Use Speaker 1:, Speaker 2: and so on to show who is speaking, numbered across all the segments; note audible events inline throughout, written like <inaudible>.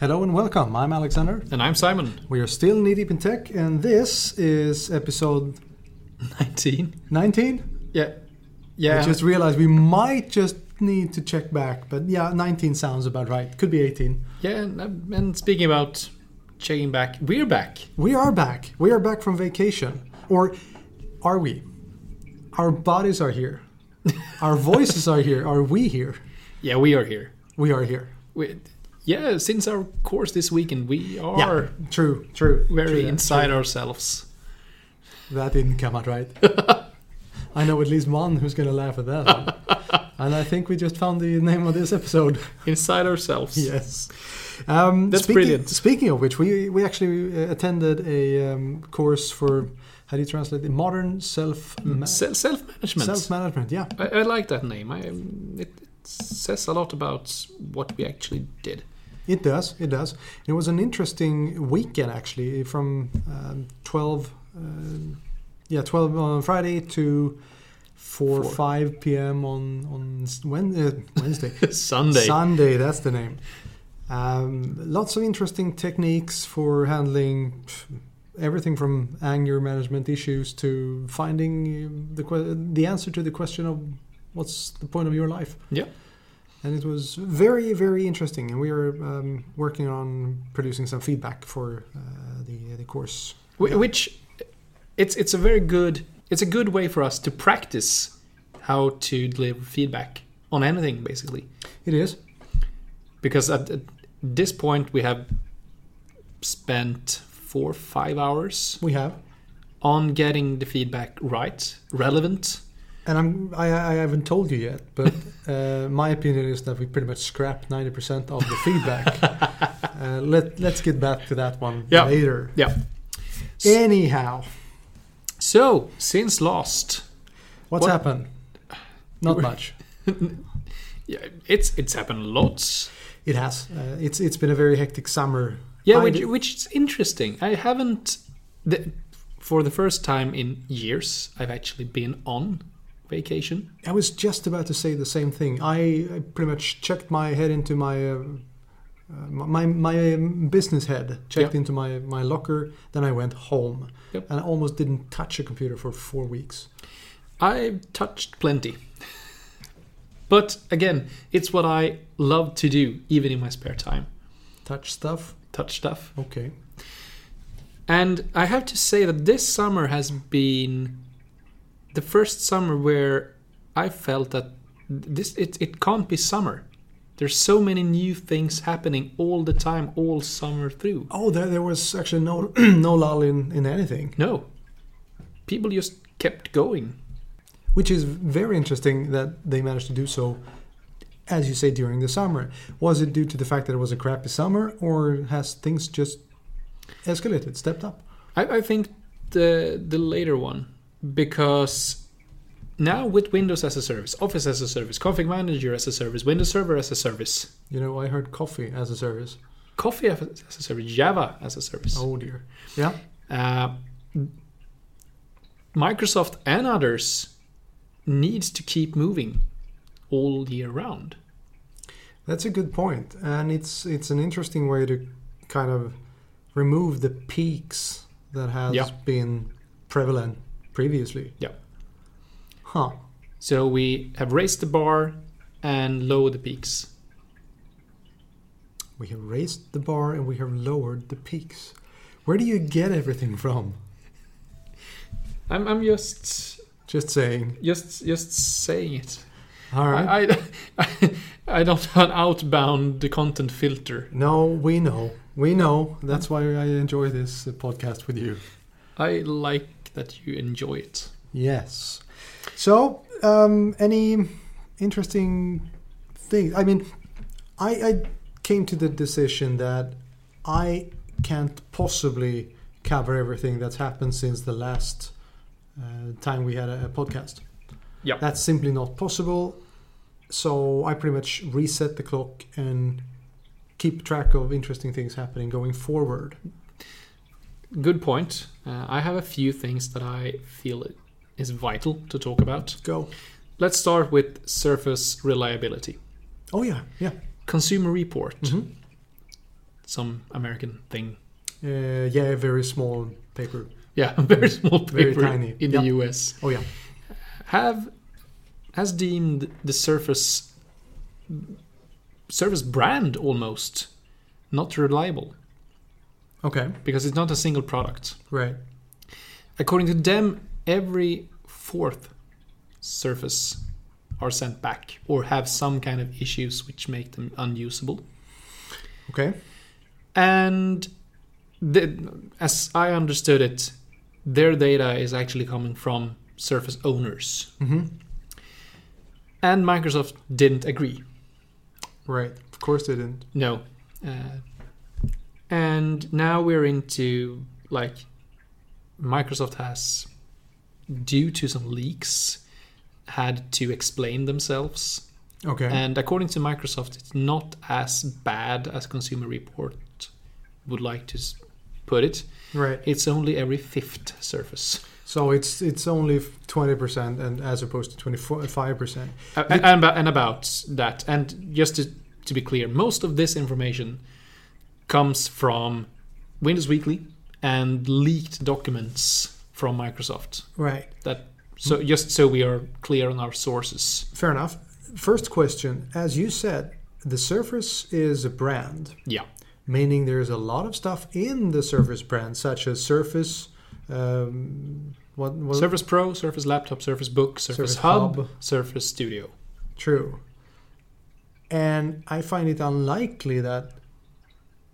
Speaker 1: Hello and welcome. I'm Alexander.
Speaker 2: And I'm Simon.
Speaker 1: We are still knee deep in tech, and this is episode
Speaker 2: 19.
Speaker 1: 19.
Speaker 2: Yeah.
Speaker 1: I just realized we might just need to check back, but yeah, 19 sounds about right. Could be 18.
Speaker 2: yeah. And, uh, and speaking about checking back, we're back.
Speaker 1: We are back. We are back from vacation. Or are we? Our bodies are here. Our voices are here. Are we here?
Speaker 2: Yeah, we are here.
Speaker 1: We are here.
Speaker 2: We, yeah, since our course this weekend, we are
Speaker 1: True, true.
Speaker 2: very
Speaker 1: true.
Speaker 2: inside ourselves.
Speaker 1: That didn't come out
Speaker 2: <laughs>
Speaker 1: right. I know at least one who's going to laugh at that.
Speaker 2: <laughs>
Speaker 1: one. and I think we just found the name of this episode.
Speaker 2: Inside ourselves.
Speaker 1: yes. Um,
Speaker 2: That's
Speaker 1: speaking,
Speaker 2: brilliant.
Speaker 1: Speaking of which, we, we actually uh, attended a um, course for, how do you translate it? Modern self
Speaker 2: Se- self-management.
Speaker 1: self management. Yeah.
Speaker 2: I, I like that name. I, um, it, it says a lot about what we actually did.
Speaker 1: It does. It does. It was an interesting weekend actually, from um, twelve, uh, yeah, twelve on Friday to four,
Speaker 2: Four.
Speaker 1: five p.m. on on s- Wen- uh, Wednesday,
Speaker 2: Sunday.
Speaker 1: <laughs> Sunday. That's the name. Um, lots of interesting techniques for handling pff, everything from anger management issues to finding um, the que- the answer to the question of what's the point of your life
Speaker 2: yeah.
Speaker 1: and it was very very interesting and we are um, working on producing some feedback for uh, the the course
Speaker 2: Wh- which it's it's a very good it's a good way for us to practice how to deliver feedback on anything basically
Speaker 1: it is
Speaker 2: because at, at this point we have spent four five hours
Speaker 1: we have
Speaker 2: on getting the feedback right relevant
Speaker 1: and I'm, I, I haven't told you yet,
Speaker 2: <laughs>
Speaker 1: but uh, my opinion is that we pretty much scrapped 90% of the
Speaker 2: <laughs>
Speaker 1: feedback. uh, let, let's get back to that one
Speaker 2: Yeah.
Speaker 1: later.
Speaker 2: yeah
Speaker 1: Anyhow,
Speaker 2: so since last
Speaker 1: what's
Speaker 2: What-
Speaker 1: happened? Not much.
Speaker 2: yeah, it's it's happened lots
Speaker 1: It has. Uh, it's, it's been a very hectic summer.
Speaker 2: yeah
Speaker 1: I
Speaker 2: which,
Speaker 1: did-
Speaker 2: which is interesting i haven't the, for the first time in years i've actually been on vacation
Speaker 1: I was just about to say the same thing. I, I pretty much checked my head into my uh, uh, my my um, business head, checked
Speaker 2: Yeah.
Speaker 1: into my my locker. Then I went home,
Speaker 2: Yep.
Speaker 1: and I almost didn't touch a computer for four weeks.
Speaker 2: I've touched plenty. But again, it's what I love to do, even in my spare time
Speaker 1: Touch stuff,
Speaker 2: touch stuff.
Speaker 1: okay.
Speaker 2: And I have to say that this summer has been the first summer where I felt that this it, it can't be summer. There's so many new things happening all the time, all summer through.
Speaker 1: Oh, there there was actually no <clears throat> no lull in in anything,
Speaker 2: No. People just kept going.
Speaker 1: which is very interesting that they managed to do so. As you say, during the summer, was it due to the fact that it was a crappy summer, or has things just escalated, stepped up?
Speaker 2: I, I think the the later one because now with Windows as a service, Office as a service, Config Manager as a service, Windows Server as a service,
Speaker 1: You know, I heard coffee as a service.
Speaker 2: Coffee as a service, Java as a service,
Speaker 1: Oh dear. Yeah.
Speaker 2: uh, Microsoft and others needs to keep moving all year round.
Speaker 1: That's a good point, and it's it's an interesting way to kind of remove the peaks that has
Speaker 2: Yeah.
Speaker 1: been prevalent previously.
Speaker 2: Yeah.
Speaker 1: Huh.
Speaker 2: So we have raised the bar and lowered the peaks.
Speaker 1: We have raised the bar and we have lowered the peaks. Where do you get everything from?
Speaker 2: I'm, I'm just
Speaker 1: Just saying.
Speaker 2: just just saying it.
Speaker 1: All right.
Speaker 2: I, I, <laughs> I don't have an outbound the content filter.
Speaker 1: no, we know. We know. That's why I enjoy this uh, podcast with you.
Speaker 2: I like that you enjoy it.
Speaker 1: Yes. So, um, any interesting things? I mean, I, I came to the decision that I can't possibly cover everything that's happened since the last uh, time we had a, a podcast.
Speaker 2: Yeah.
Speaker 1: That's simply not possible. So I pretty much reset the clock and keep track of interesting things happening going forward.
Speaker 2: Good point. Uh, I have a few things that I feel it is vital to talk about.
Speaker 1: Go.
Speaker 2: Let's start with surface reliability.
Speaker 1: Oh yeah, yeah.
Speaker 2: Consumer Report
Speaker 1: Mhm.
Speaker 2: some American thing.
Speaker 1: Uh, yeah, very small paper.
Speaker 2: Yeah, <laughs> very small
Speaker 1: Mm-hmm. Very
Speaker 2: paper
Speaker 1: tiny.
Speaker 2: in
Speaker 1: Yeah.
Speaker 2: the US.
Speaker 1: Oh yeah.
Speaker 2: have has deemed the surface surface brand almost not reliable
Speaker 1: Okay.
Speaker 2: because it's not a single product
Speaker 1: Right.
Speaker 2: according to them every fourth surface are sent back or have some kind of issues which make them unusable
Speaker 1: Okay.
Speaker 2: and the, as i understood it their data is actually coming from surface owners
Speaker 1: hmm
Speaker 2: and microsoft didn't agree
Speaker 1: Right. Of course they didn't.
Speaker 2: No. Uh, and now we're into like Microsoft has, due to some leaks, had to explain themselves.
Speaker 1: Okay.
Speaker 2: And according to Microsoft, it's not as bad as Consumer Report would like to s- put it.
Speaker 1: right.
Speaker 2: It's only every fifth surface.
Speaker 1: So it's it's only twenty percent, and as opposed to twenty five percent.
Speaker 2: A- a- and, about- and about that. And just to, to be clear, most of this information comes from Windows Weekly and leaked documents from Microsoft.
Speaker 1: Right.
Speaker 2: That so
Speaker 1: Hmm.
Speaker 2: just so we are clear on our sources.
Speaker 1: Fair enough. First question: As you said, the Surface is a brand,
Speaker 2: Yeah,
Speaker 1: meaning there's a lot of stuff in the Surface brand, such as Surface. Um, what, what
Speaker 2: Surface Pro, Surface Laptop, Surface Book, Surface,
Speaker 1: Surface
Speaker 2: Hub,
Speaker 1: Hub.
Speaker 2: Surface Studio.
Speaker 1: True. And I find it unlikely that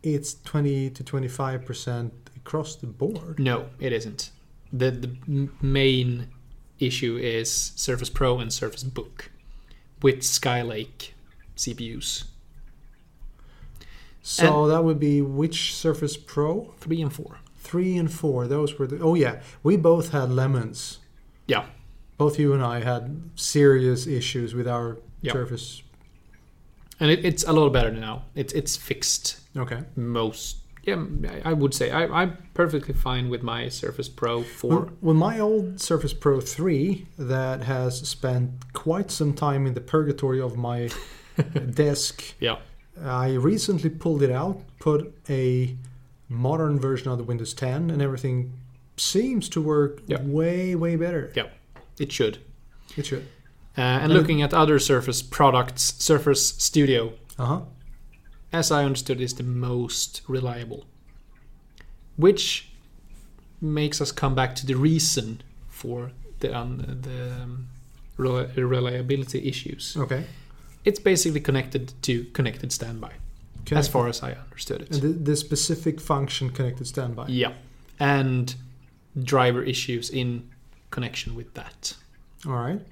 Speaker 1: it's 20 to 25% across the board.
Speaker 2: No, it isn't. The the m- main issue is Surface Pro and Surface Book with Skylake CPUs
Speaker 1: So that would be which Surface Pro?
Speaker 2: three and four.
Speaker 1: 3 and 4. Those were the Oh yeah, we both had lemons.
Speaker 2: Yeah.
Speaker 1: Both you and I had serious issues with our
Speaker 2: Yeah.
Speaker 1: Surface.
Speaker 2: and it, it's a lot better now. It's it's fixed
Speaker 1: Okay.
Speaker 2: most. Yeah, I- I would say I, I'm perfectly fine with my Surface Pro
Speaker 1: Well,
Speaker 2: Four.
Speaker 1: well, my old Surface Pro 3 that has spent quite some time in the purgatory of
Speaker 2: <laughs>
Speaker 1: my desk
Speaker 2: Yeah,
Speaker 1: I recently pulled it out, put a modern version of the Windows 10, and everything seems to work
Speaker 2: Yeah.
Speaker 1: way, way better.
Speaker 2: yeah, it should.
Speaker 1: It should.
Speaker 2: Uh, and looking at other Surface products, Surface Studio,
Speaker 1: Uh huh.
Speaker 2: as I understood, is the most reliable, which makes us come back to the reason for the un the um, reli- reliability issues.
Speaker 1: Okay.
Speaker 2: It's basically connected to connected standby, as far as I understood it.
Speaker 1: And the, the specific function connected standby.
Speaker 2: Yeah. And driver issues in connection with that.
Speaker 1: All right.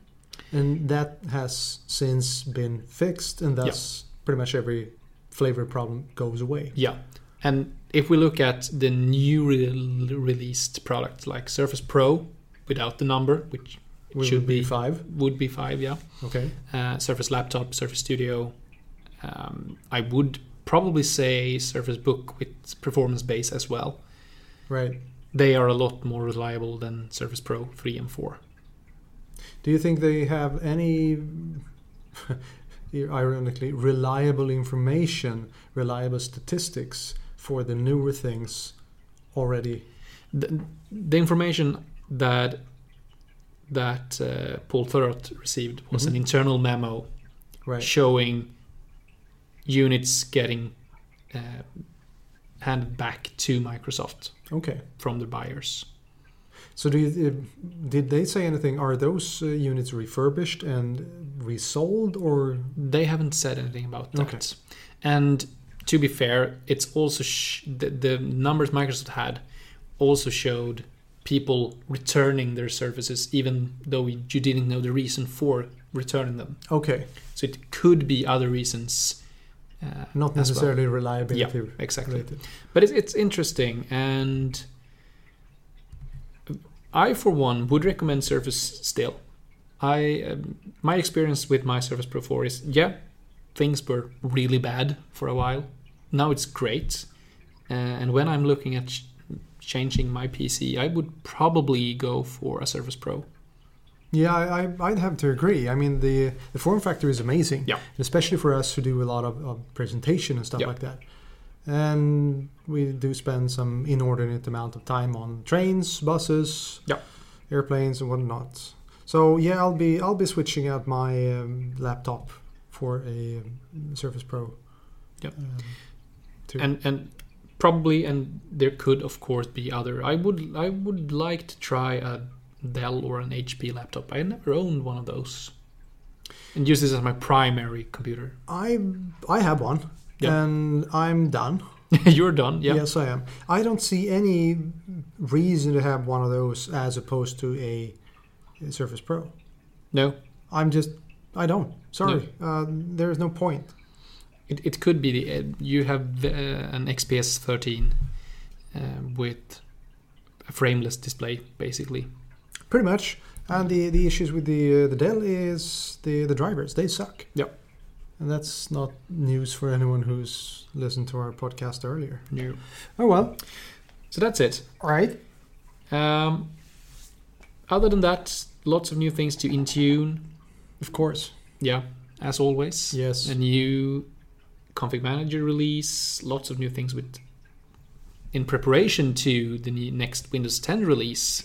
Speaker 1: And that has since been fixed, and thus pretty much every flavor problem goes away.
Speaker 2: Yeah. And if we look at the new re- released products like Surface Pro without the number, which it
Speaker 1: We
Speaker 2: should
Speaker 1: would be
Speaker 2: be
Speaker 1: five.
Speaker 2: would be 5, yeah.
Speaker 1: Okay.
Speaker 2: Uh, Surface Laptop, Surface Studio. Um, I would probably say Surface Book with performance base as well.
Speaker 1: Right.
Speaker 2: They are a lot more reliable than Surface Pro 3 and 4.
Speaker 1: Do you think they have any, <laughs> ironically, reliable information, reliable statistics for the newer things already?
Speaker 2: the, the information that that uh, Paul Thurrott received was an internal memo
Speaker 1: Mm-hmm. Right.
Speaker 2: showing units getting uh, handed back to Microsoft
Speaker 1: Okay.
Speaker 2: from the buyers.
Speaker 1: So, do you, did they say anything? Are those uh, units refurbished and resold, or
Speaker 2: They haven't said anything about that.
Speaker 1: Okay.
Speaker 2: And to be fair, it's also sh- the, the numbers Microsoft had also showed people returning their services, even though you didn't know the reason for returning them.
Speaker 1: okay,
Speaker 2: So it could be other reasons. Uh,
Speaker 1: not
Speaker 2: as well.
Speaker 1: necessarily reliability
Speaker 2: exactly.
Speaker 1: related?
Speaker 2: But it's, it's interesting, and I, for one, would recommend Surface still. I um, my experience with my Surface Pro 4 is yeah, things were really bad for a while. Now it's great, uh, and when I'm looking at ch- changing my PC, I would probably go for a Surface Pro.
Speaker 1: Yeah, I, I- I'd have to agree. I mean, the the form factor is amazing,
Speaker 2: Yeah.
Speaker 1: and especially for us who do a lot of, of presentation and stuff
Speaker 2: Yeah.
Speaker 1: like that. and we do spend some inordinate amount of time on trains, buses,
Speaker 2: Yeah.
Speaker 1: airplanes, and whatnot. So yeah, I'll be I'll be switching out my um, laptop for a um, Surface Pro.
Speaker 2: Yep.
Speaker 1: Um, to-
Speaker 2: and and probably and there could of course be other i would i would like to try a dell or an hp laptop i never owned one of those and use this as my primary computer <laughs>
Speaker 1: I I have one,
Speaker 2: Yeah.
Speaker 1: and I'm done.
Speaker 2: you're done yeah
Speaker 1: Yes, I am. I don't see any reason to have one of those as opposed to a, a Surface Pro.
Speaker 2: no
Speaker 1: I'm just I don't. Sorry, uh, there is no point.
Speaker 2: it, it could be the you have uh, an xps 13 uh, with a frameless display basically
Speaker 1: Pretty much. And the, the issues with the uh, the Dell is the the drivers they suck.
Speaker 2: Yep.
Speaker 1: And that's not news for anyone who's listened to our podcast earlier.
Speaker 2: no.
Speaker 1: Oh well.
Speaker 2: so that's it
Speaker 1: All right.
Speaker 2: um, other than that lots of new things to intune
Speaker 1: Of course.
Speaker 2: yeah as always
Speaker 1: Yes.
Speaker 2: a new config manager release, lots of new things with in preparation to the ne- next Windows 10 release.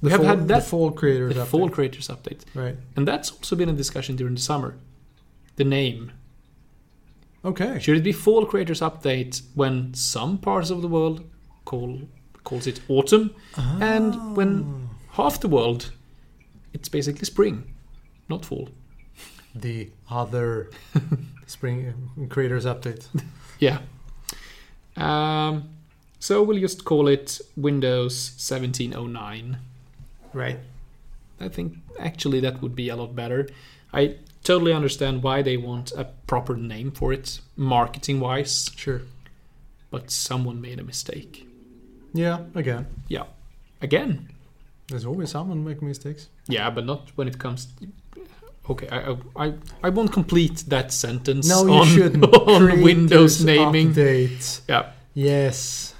Speaker 2: We have
Speaker 1: fall-
Speaker 2: had
Speaker 1: the
Speaker 2: that
Speaker 1: fall
Speaker 2: the,
Speaker 1: creators. update.
Speaker 2: fall creators update,
Speaker 1: Right.
Speaker 2: and that's also been a discussion during the summer. The name
Speaker 1: Okay.
Speaker 2: should it be fall creators update when some parts of the world call calls it autumn, and
Speaker 1: Ah.
Speaker 2: when half the world, it's basically spring, not fall.
Speaker 1: The
Speaker 2: <laughs>
Speaker 1: other spring uh, creators update.
Speaker 2: Yeah. Um, so we'll just call it Windows 1709.
Speaker 1: Right.
Speaker 2: I think actually that would be a lot better. I totally understand why they want a proper name for it, marketing wise,
Speaker 1: Sure.
Speaker 2: but someone made a mistake.
Speaker 1: Yeah. Again,
Speaker 2: Yeah. Again.
Speaker 1: there's always someone making mistakes.
Speaker 2: Yeah, but not when it comes. okay, I, I- I I won't complete that sentence
Speaker 1: No, you
Speaker 2: on,
Speaker 1: shouldn't.
Speaker 2: <laughs> on
Speaker 1: Creators
Speaker 2: Windows naming.
Speaker 1: update.
Speaker 2: Yeah.
Speaker 1: Yes.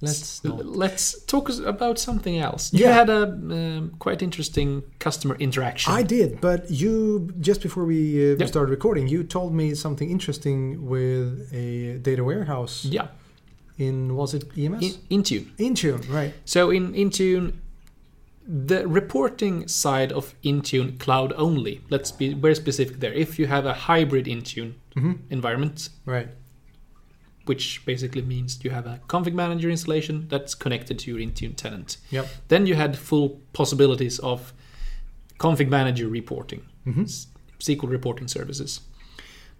Speaker 1: Let's
Speaker 2: L-
Speaker 1: not
Speaker 2: let's talk s- about something else. You
Speaker 1: Yeah.
Speaker 2: had a um, quite interesting customer interaction.
Speaker 1: I did, but you just before we uh,
Speaker 2: Yeah.
Speaker 1: started recording, you told me something interesting with a data warehouse
Speaker 2: yeah,
Speaker 1: in was it
Speaker 2: in,
Speaker 1: EMS?
Speaker 2: Intune.
Speaker 1: Intune, right?
Speaker 2: So in Intune, the reporting side of Intune Cloud only. Let's be very specific there. If you have a hybrid Intune
Speaker 1: Mhm.
Speaker 2: environment,
Speaker 1: Right.
Speaker 2: which basically means you have a config manager installation that's connected to your Intune tenant,
Speaker 1: Yep.
Speaker 2: then you had full possibilities of config manager reporting, s- SQL reporting services.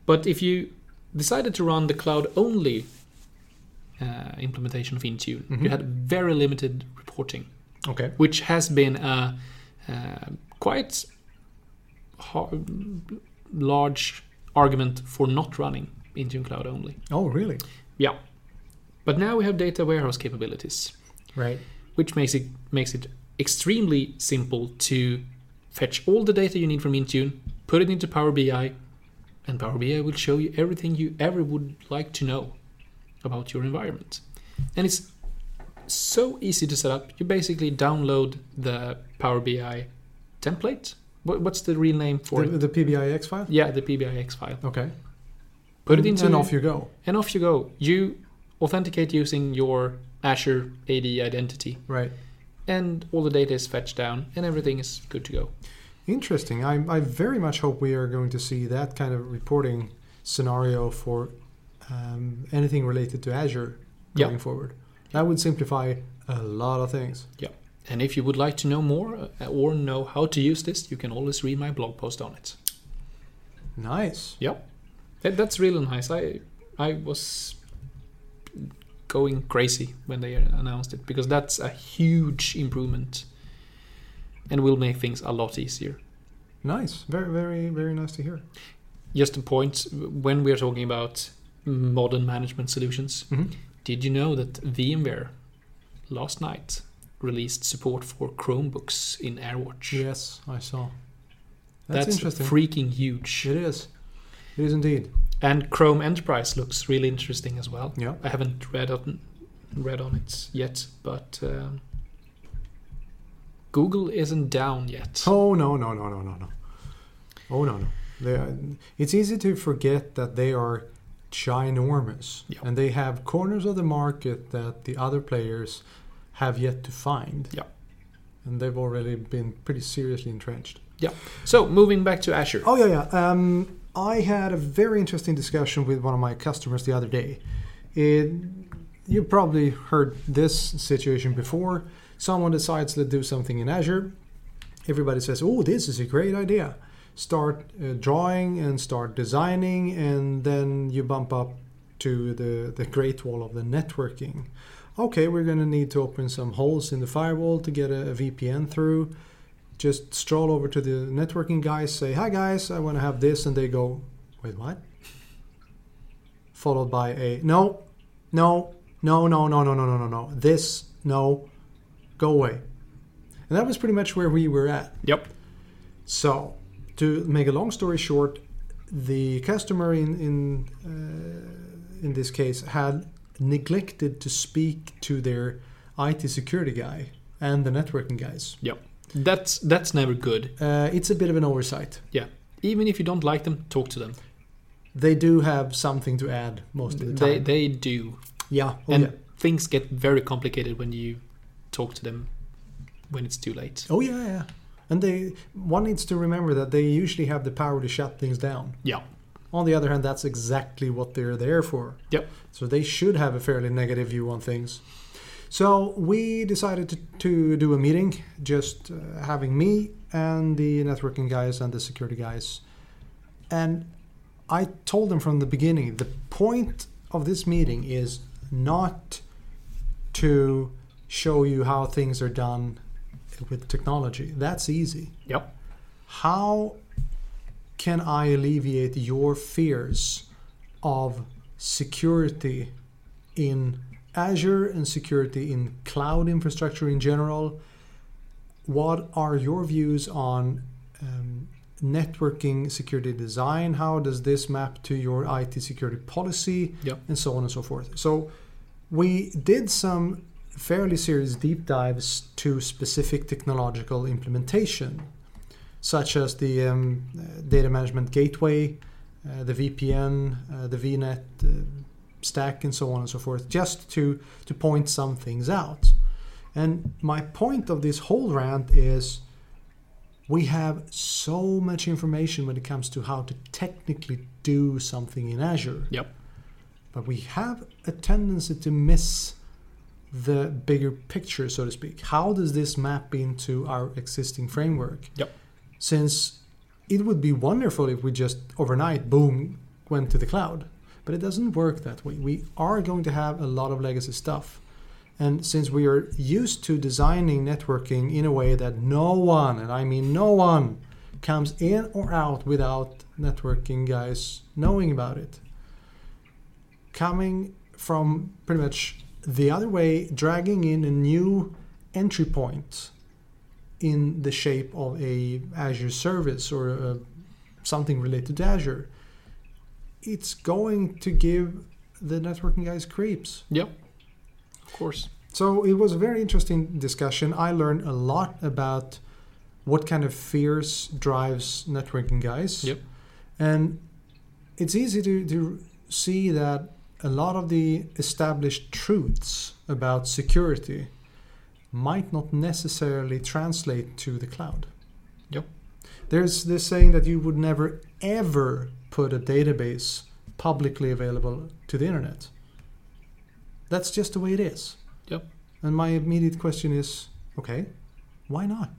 Speaker 2: But if you decided to run the cloud only uh, implementation of Intune, you had very limited reporting,
Speaker 1: Okay.
Speaker 2: which has been a, uh quite har- large argument for not running Intune Cloud only.
Speaker 1: Oh, really?
Speaker 2: Yeah. But now we have data warehouse capabilities
Speaker 1: Right.
Speaker 2: which makes it makes it extremely simple to fetch all the data you need from Intune, put it into Power BI, and Power BI will show you everything you ever would like to know about your environment. And it's so easy to set up. You basically download the Power BI template. What, what's the real name for
Speaker 1: The,
Speaker 2: it?
Speaker 1: the PBIX file.
Speaker 2: Yeah, the PBIX file.
Speaker 1: Okay.
Speaker 2: Put it into
Speaker 1: and off you go.
Speaker 2: and off you go. You authenticate using your Azure AD identity
Speaker 1: Right.
Speaker 2: and all the data is fetched down and everything is good to go.
Speaker 1: Interesting. I, I very much hope we are going to see that kind of reporting scenario for um, anything related to Azure
Speaker 2: Yeah.
Speaker 1: going forward. That would simplify a lot of things.
Speaker 2: And if you would like to know more uh, or know how to use this, you can always read my blog post on it.
Speaker 1: Nice.
Speaker 2: Yep. That, that's really nice. I I was going crazy when they announced it because that's a huge improvement and will make things a lot easier.
Speaker 1: Nice. Very, very, very nice to hear.
Speaker 2: Just a point when we are talking about modern management solutions,
Speaker 1: Mhm.
Speaker 2: did you know that VMware last night released support for Chromebooks in AirWatch?
Speaker 1: Yes, I saw. That's,
Speaker 2: That's,
Speaker 1: interesting.
Speaker 2: freaking huge.
Speaker 1: It is. It is indeed.
Speaker 2: And Chrome Enterprise looks really interesting as well.
Speaker 1: Yeah.
Speaker 2: I haven't read on read on it yet, but um, Google isn't down yet.
Speaker 1: Oh no no no uh, no no no. Oh no no. They are, it's easy to forget that they are ginormous,
Speaker 2: Yeah.
Speaker 1: and they have corners of the market that the other players have yet to find.
Speaker 2: Yeah.
Speaker 1: and they've already been pretty seriously entrenched.
Speaker 2: Yeah. So moving back to Azure.
Speaker 1: Oh yeah, yeah. Um, I had a very interesting discussion with one of my customers the other day. It, you probably heard this situation before. Someone decides to do something in Azure. Everybody says, "Oh, this is a great idea." Start uh, drawing and start designing, and then you bump up to the the great wall of the networking. Okay, we're going to need to open some holes in the firewall to get a, a VPN through just stroll over to the networking guys, say, "Hi guys, I want to have this," and they go, "Wait, what?" Followed by a "No, no, no, no, no, no, no, no, no, no, this, no, go away," and that was pretty much where we were at.
Speaker 2: Yep.
Speaker 1: So, to make a long story short, the customer in in uh, in this case had neglected to speak to their IT security guy and the networking guys.
Speaker 2: Yep. That's that's never good.
Speaker 1: Uh, it's a bit of an oversight.
Speaker 2: Yeah. Even if you don't like them, talk to them.
Speaker 1: they do have something to add most of the
Speaker 2: They
Speaker 1: time.
Speaker 2: they do.
Speaker 1: yeah. Oh,
Speaker 2: and
Speaker 1: yeah.
Speaker 2: things get very complicated when you talk to them when it's too late.
Speaker 1: Oh yeah, yeah. And they one needs to remember that they usually have the power to shut things down.
Speaker 2: Yeah.
Speaker 1: On the other hand, that's exactly what they're there for.
Speaker 2: Yep.
Speaker 1: So they should have a fairly negative view on things. So we decided to, to do a meeting, just uh, having me and the networking guys and the security guys. And I told them from the beginning the point of this meeting is not to show you how things are done with technology. That's easy.
Speaker 2: Yep.
Speaker 1: How can I alleviate your fears of security in Azure and security in cloud infrastructure in general? What are your views on um, networking security design? How does this map to your IT security policy?
Speaker 2: Yep.
Speaker 1: And so on and so forth. So, we did some fairly serious deep dives to specific technological implementation such as the um, uh, data management gateway, uh, the VPN, uh, the VNet uh, stack, and so on and so forth, just to, to point some things out. And my point of this whole rant is we have so much information when it comes to how to technically do something in Azure,
Speaker 2: Yep.
Speaker 1: but we have a tendency to miss the bigger picture, so to speak. How does this map into our existing framework?
Speaker 2: Yep.
Speaker 1: since it would be wonderful if we just overnight, boom, went to the cloud. But it doesn't work that way. We are going to have a lot of legacy stuff. And since we are used to designing networking in a way that no one, and I mean no one, comes in or out without networking guys knowing about it, coming from pretty much the other way, dragging in a new entry point in the shape of a Azure service or uh something related to Azure, it's going to give the networking guys creeps.
Speaker 2: Yep. Of course.
Speaker 1: So it was a very interesting discussion. I learned a lot about what kind of fears drives networking guys.
Speaker 2: Yep.
Speaker 1: And it's easy to, to see that a lot of the established truths about security might not necessarily translate to the cloud.
Speaker 2: Yep.
Speaker 1: There's this saying that you would never ever put a database publicly available to the internet. That's just the way it is.
Speaker 2: Yep.
Speaker 1: And my immediate question is okay, why not?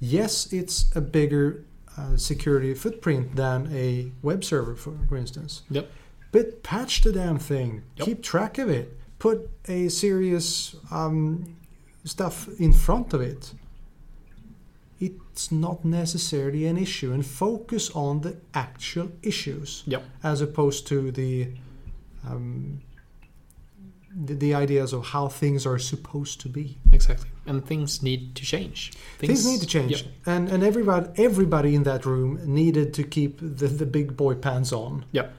Speaker 1: Yes, it's a bigger uh, security footprint than a web server, for, for instance.
Speaker 2: Yep.
Speaker 1: But patch the damn thing,
Speaker 2: Yep.
Speaker 1: keep track of it, put a serious um, stuff in front of it. It's not necessarily an issue, and focus on the actual issues
Speaker 2: Yep.
Speaker 1: as opposed to the um, the, the ideas of how things are supposed to be.
Speaker 2: Exactly. And things need to change.
Speaker 1: Things, need to change,
Speaker 2: Yep.
Speaker 1: and and everybody everybody in that room needed to keep the, the big boy pants on.
Speaker 2: Yep.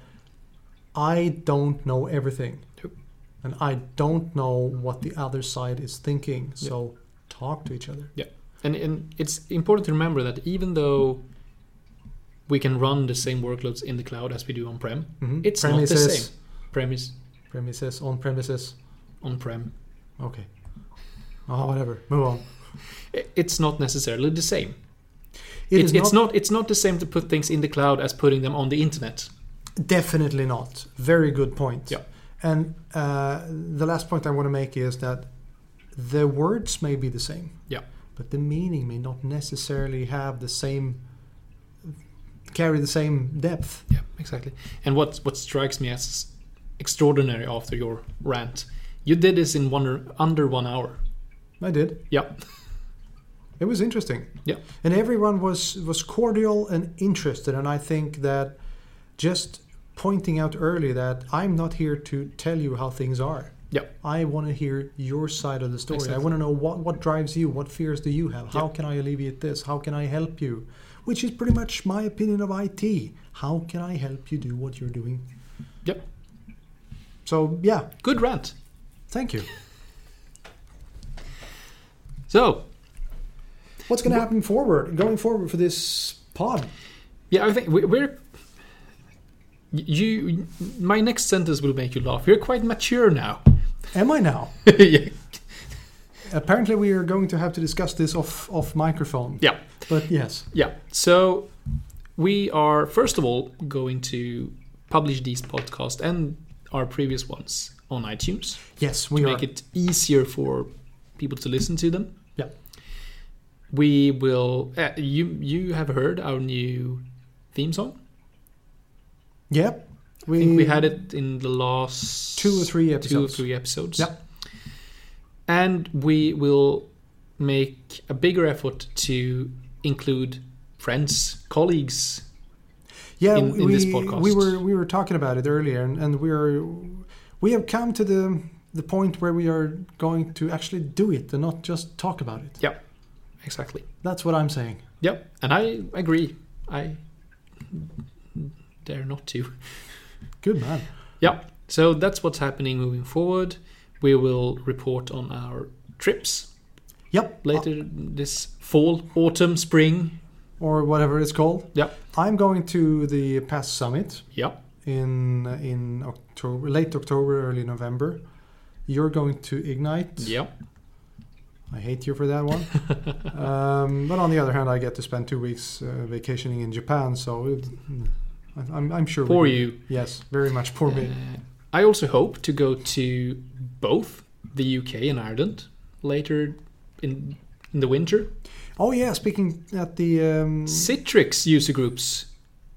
Speaker 1: I don't know everything,
Speaker 2: Nope.
Speaker 1: and I don't know what the other side is thinking. So talk to each other.
Speaker 2: And and it's important to remember that even though we can run the same workloads in the cloud as we do on prem.
Speaker 1: Mhm.
Speaker 2: It's not the
Speaker 1: Premises.
Speaker 2: same. Premise
Speaker 1: Premises, on premises.
Speaker 2: on prem.
Speaker 1: Okay. Oh, whatever. Move on.
Speaker 2: I- It's not necessarily the same.
Speaker 1: It
Speaker 2: It-
Speaker 1: is
Speaker 2: it's not it's not the same to put things in the cloud as putting them on the internet.
Speaker 1: Definitely not. Very good point.
Speaker 2: Yeah.
Speaker 1: And uh, the last point I want to make is that the words may be the same.
Speaker 2: Yeah.
Speaker 1: But the meaning may not necessarily have the same, carry the same depth.
Speaker 2: Yeah, exactly. And what what strikes me as extraordinary after your rant, you did this in one under one hour.
Speaker 1: I did.
Speaker 2: Yeah,
Speaker 1: It was interesting.
Speaker 2: Yeah.
Speaker 1: And everyone was was cordial and interested. And I think that just pointing out early that I'm not here to tell you how things are.
Speaker 2: yeah,
Speaker 1: I want to hear your side of the story. I
Speaker 2: Exactly.
Speaker 1: want to know what, what drives you, what fears do you have, how
Speaker 2: Yeah.
Speaker 1: can I alleviate this, how can I help you, which is pretty much my opinion of IT. How can I help you do what you're doing?
Speaker 2: yeah.
Speaker 1: So yeah,
Speaker 2: Good rant.
Speaker 1: thank you.
Speaker 2: So
Speaker 1: What's going to happen forward, going forward for this pod?
Speaker 2: yeah, I think we, we're you. My next sentence will make you laugh. You're quite mature now. <laughs>
Speaker 1: Am I now?
Speaker 2: yeah.
Speaker 1: Apparently, we are going to have to discuss this off off microphone.
Speaker 2: yeah.
Speaker 1: But yes,
Speaker 2: Yeah. So we are first of all going to publish these podcasts and our previous ones on iTunes
Speaker 1: yes, we
Speaker 2: to
Speaker 1: are.
Speaker 2: make it easier for people to listen to them.
Speaker 1: Yeah.
Speaker 2: We will. Uh, you you have heard our new theme song.
Speaker 1: Yep. We,
Speaker 2: I think we had it in the
Speaker 1: Mm.
Speaker 2: last
Speaker 1: two or three episodes.
Speaker 2: two or three episodes.
Speaker 1: Yeah.
Speaker 2: And we will make a bigger effort to include friends, colleagues.
Speaker 1: yeah,
Speaker 2: in-
Speaker 1: we,
Speaker 2: in this podcast.
Speaker 1: We were we were talking about it earlier, and, and we are we have come to the the point where we are going to actually do it and not just talk about it.
Speaker 2: Yeah. Exactly.
Speaker 1: That's what I'm saying.
Speaker 2: Yep, and I agree. I dare not to.
Speaker 1: Good man.
Speaker 2: Yep. So that's what's happening moving forward. We will report on our trips
Speaker 1: Yep.
Speaker 2: later this fall, autumn, spring.
Speaker 1: Or whatever it's called.
Speaker 2: Yep.
Speaker 1: I'm going to the Pass Summit
Speaker 2: Yep.
Speaker 1: in in October, late October, early November. You're going to Ignite.
Speaker 2: Yep.
Speaker 1: I hate you for that
Speaker 2: <laughs>
Speaker 1: one. um, but on the other hand, I get to spend two weeks uh, vacationing in Japan, so it, I- I'm, I'm sure. we
Speaker 2: For
Speaker 1: can-
Speaker 2: you.
Speaker 1: Yes, very much for me.
Speaker 2: Uh, I also hope to go to both the UK and Ireland later in in the winter.
Speaker 1: Oh yeah, speaking at the um,
Speaker 2: Citrix user groups.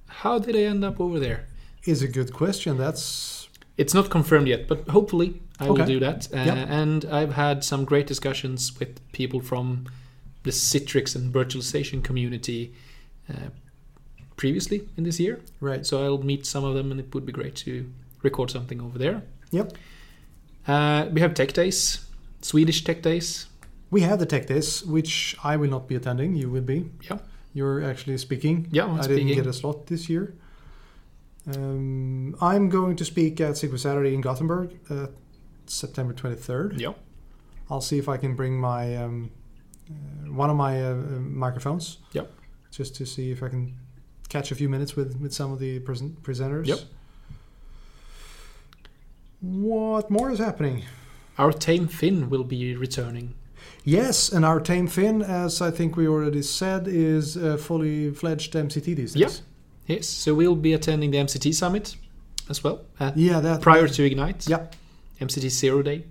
Speaker 2: How did I end up over there?
Speaker 1: is a good question. That's
Speaker 2: It's not confirmed yet, but hopefully I will
Speaker 1: Okay.
Speaker 2: do that. Uh,
Speaker 1: Yeah.
Speaker 2: And I've had some great discussions with people from the Citrix and virtualization community uh, previously in this year.
Speaker 1: right.
Speaker 2: So I'll meet some of them, and it would be great to record something over there.
Speaker 1: Yep,
Speaker 2: Uh, we have Tech Days, Swedish Tech Days.
Speaker 1: we have the Tech Days, which I will not be attending. You will be.
Speaker 2: Yeah.
Speaker 1: You're actually speaking.
Speaker 2: Yeah, Oh, I'm
Speaker 1: I
Speaker 2: speaking.
Speaker 1: didn't get a slot this year. Um, I'm going to speak at Secret Saturday in Gothenburg, uh, September 23rd.
Speaker 2: Yeah.
Speaker 1: I'll see if I can bring my um, uh, one of my uh, uh, microphones.
Speaker 2: Yep.
Speaker 1: Just to see if I can catch a few minutes with with some of the presen- presenters.
Speaker 2: Yep.
Speaker 1: What more is happening?
Speaker 2: Our Tame Finn will be returning.
Speaker 1: Yes, and our Tame Finn, as I think we already said, is a fully fledged MCT these
Speaker 2: Yeah.
Speaker 1: days.
Speaker 2: Yes, so we'll be attending the MCT Summit as well, uh,
Speaker 1: Yeah, that
Speaker 2: prior to Ignite.
Speaker 1: Yeah.
Speaker 2: MCT Zero Day.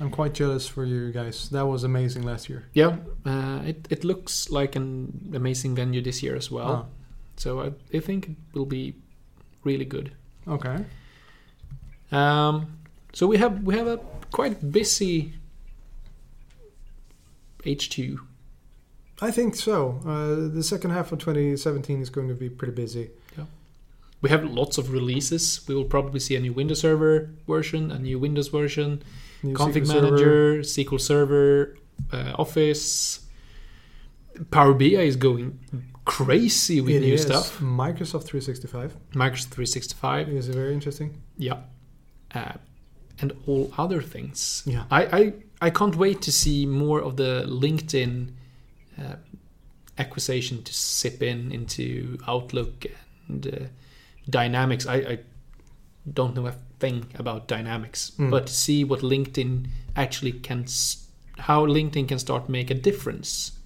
Speaker 1: I'm quite jealous for you guys. That was amazing last year.
Speaker 2: Yeah, uh, it, it looks like an amazing venue this year as well.
Speaker 1: Ah.
Speaker 2: So I, I think it will be really good.
Speaker 1: Ah, okay.
Speaker 2: Um, so we have we have a quite busy H two.
Speaker 1: I think so. Uh, the second half of 2017 is going to be pretty busy.
Speaker 2: We have lots of releases. We will probably see a new Windows Server version, a new Windows version,
Speaker 1: New
Speaker 2: Config
Speaker 1: SQL Server.
Speaker 2: Manager, SQL Server, uh, Office. Power BI is going crazy with
Speaker 1: It
Speaker 2: new
Speaker 1: is.
Speaker 2: stuff.
Speaker 1: Microsoft 365
Speaker 2: Microsoft 365.
Speaker 1: is very interesting.
Speaker 2: Yeah. Uh, and all other things.
Speaker 1: Yeah.
Speaker 2: I, I, I can't wait to see more of the LinkedIn uh, acquisition to sip in into Outlook and uh, Dynamics. I, I don't know a thing about Dynamics,
Speaker 1: Mm.
Speaker 2: but see what LinkedIn actually can, s- how LinkedIn can start make a difference.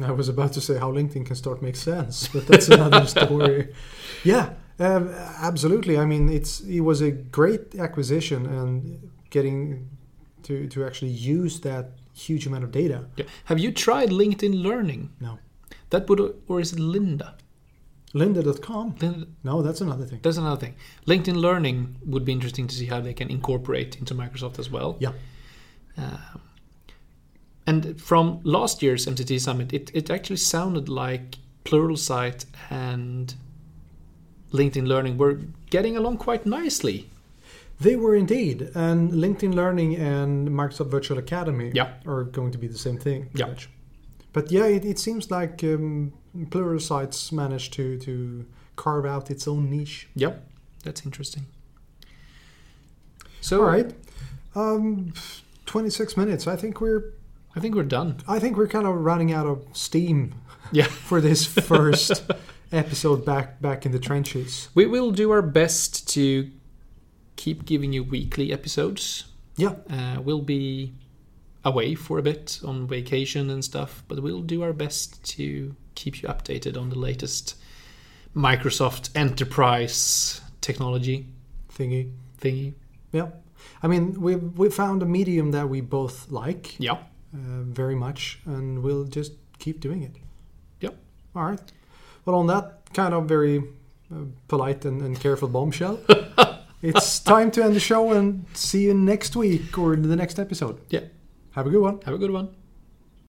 Speaker 1: I was about to say how LinkedIn can start make sense, but that's
Speaker 2: <laughs>
Speaker 1: another story. Yeah, um, absolutely. I mean, it's it was a great acquisition and getting to to actually use that huge amount of data.
Speaker 2: Yeah. Have you tried LinkedIn Learning?
Speaker 1: No,
Speaker 2: That would, or is it Linda?
Speaker 1: Lynda.com.
Speaker 2: Linda
Speaker 1: No, that's another thing.
Speaker 2: That's another thing. LinkedIn Learning would be interesting to see how they can incorporate into Microsoft as well.
Speaker 1: Yeah.
Speaker 2: Um, and from last year's MCT Summit, it, it actually sounded like Pluralsight and LinkedIn Learning were getting along quite nicely.
Speaker 1: They were indeed, and LinkedIn Learning and Microsoft Virtual Academy
Speaker 2: Yeah.
Speaker 1: are going to be the same thing. pretty
Speaker 2: Yeah.
Speaker 1: much. But yeah, it, it seems like um, Pluralsight's managed to to carve out its own niche.
Speaker 2: Yep. That's interesting. So
Speaker 1: All right. Um, 26 minutes. I think we're
Speaker 2: I think we're done.
Speaker 1: I think we're kind of running out of steam
Speaker 2: Yeah. <laughs>
Speaker 1: for this first episode back back in the trenches.
Speaker 2: We will do our best to keep giving you weekly episodes.
Speaker 1: Yeah.
Speaker 2: Uh, we'll be away for a bit on vacation and stuff, but we'll do our best to keep you updated on the latest Microsoft enterprise technology
Speaker 1: Thingy.
Speaker 2: thingy.
Speaker 1: Yeah. I mean, we we found a medium that we both like
Speaker 2: Yeah.
Speaker 1: uh, very much, and we'll just keep doing it.
Speaker 2: Yep.
Speaker 1: All right. Well, on that kind of very uh, polite and, and careful bombshell, it's time to end the show and see you next week or in the next episode.
Speaker 2: Yeah.
Speaker 1: Have a good one.
Speaker 2: Have a good one.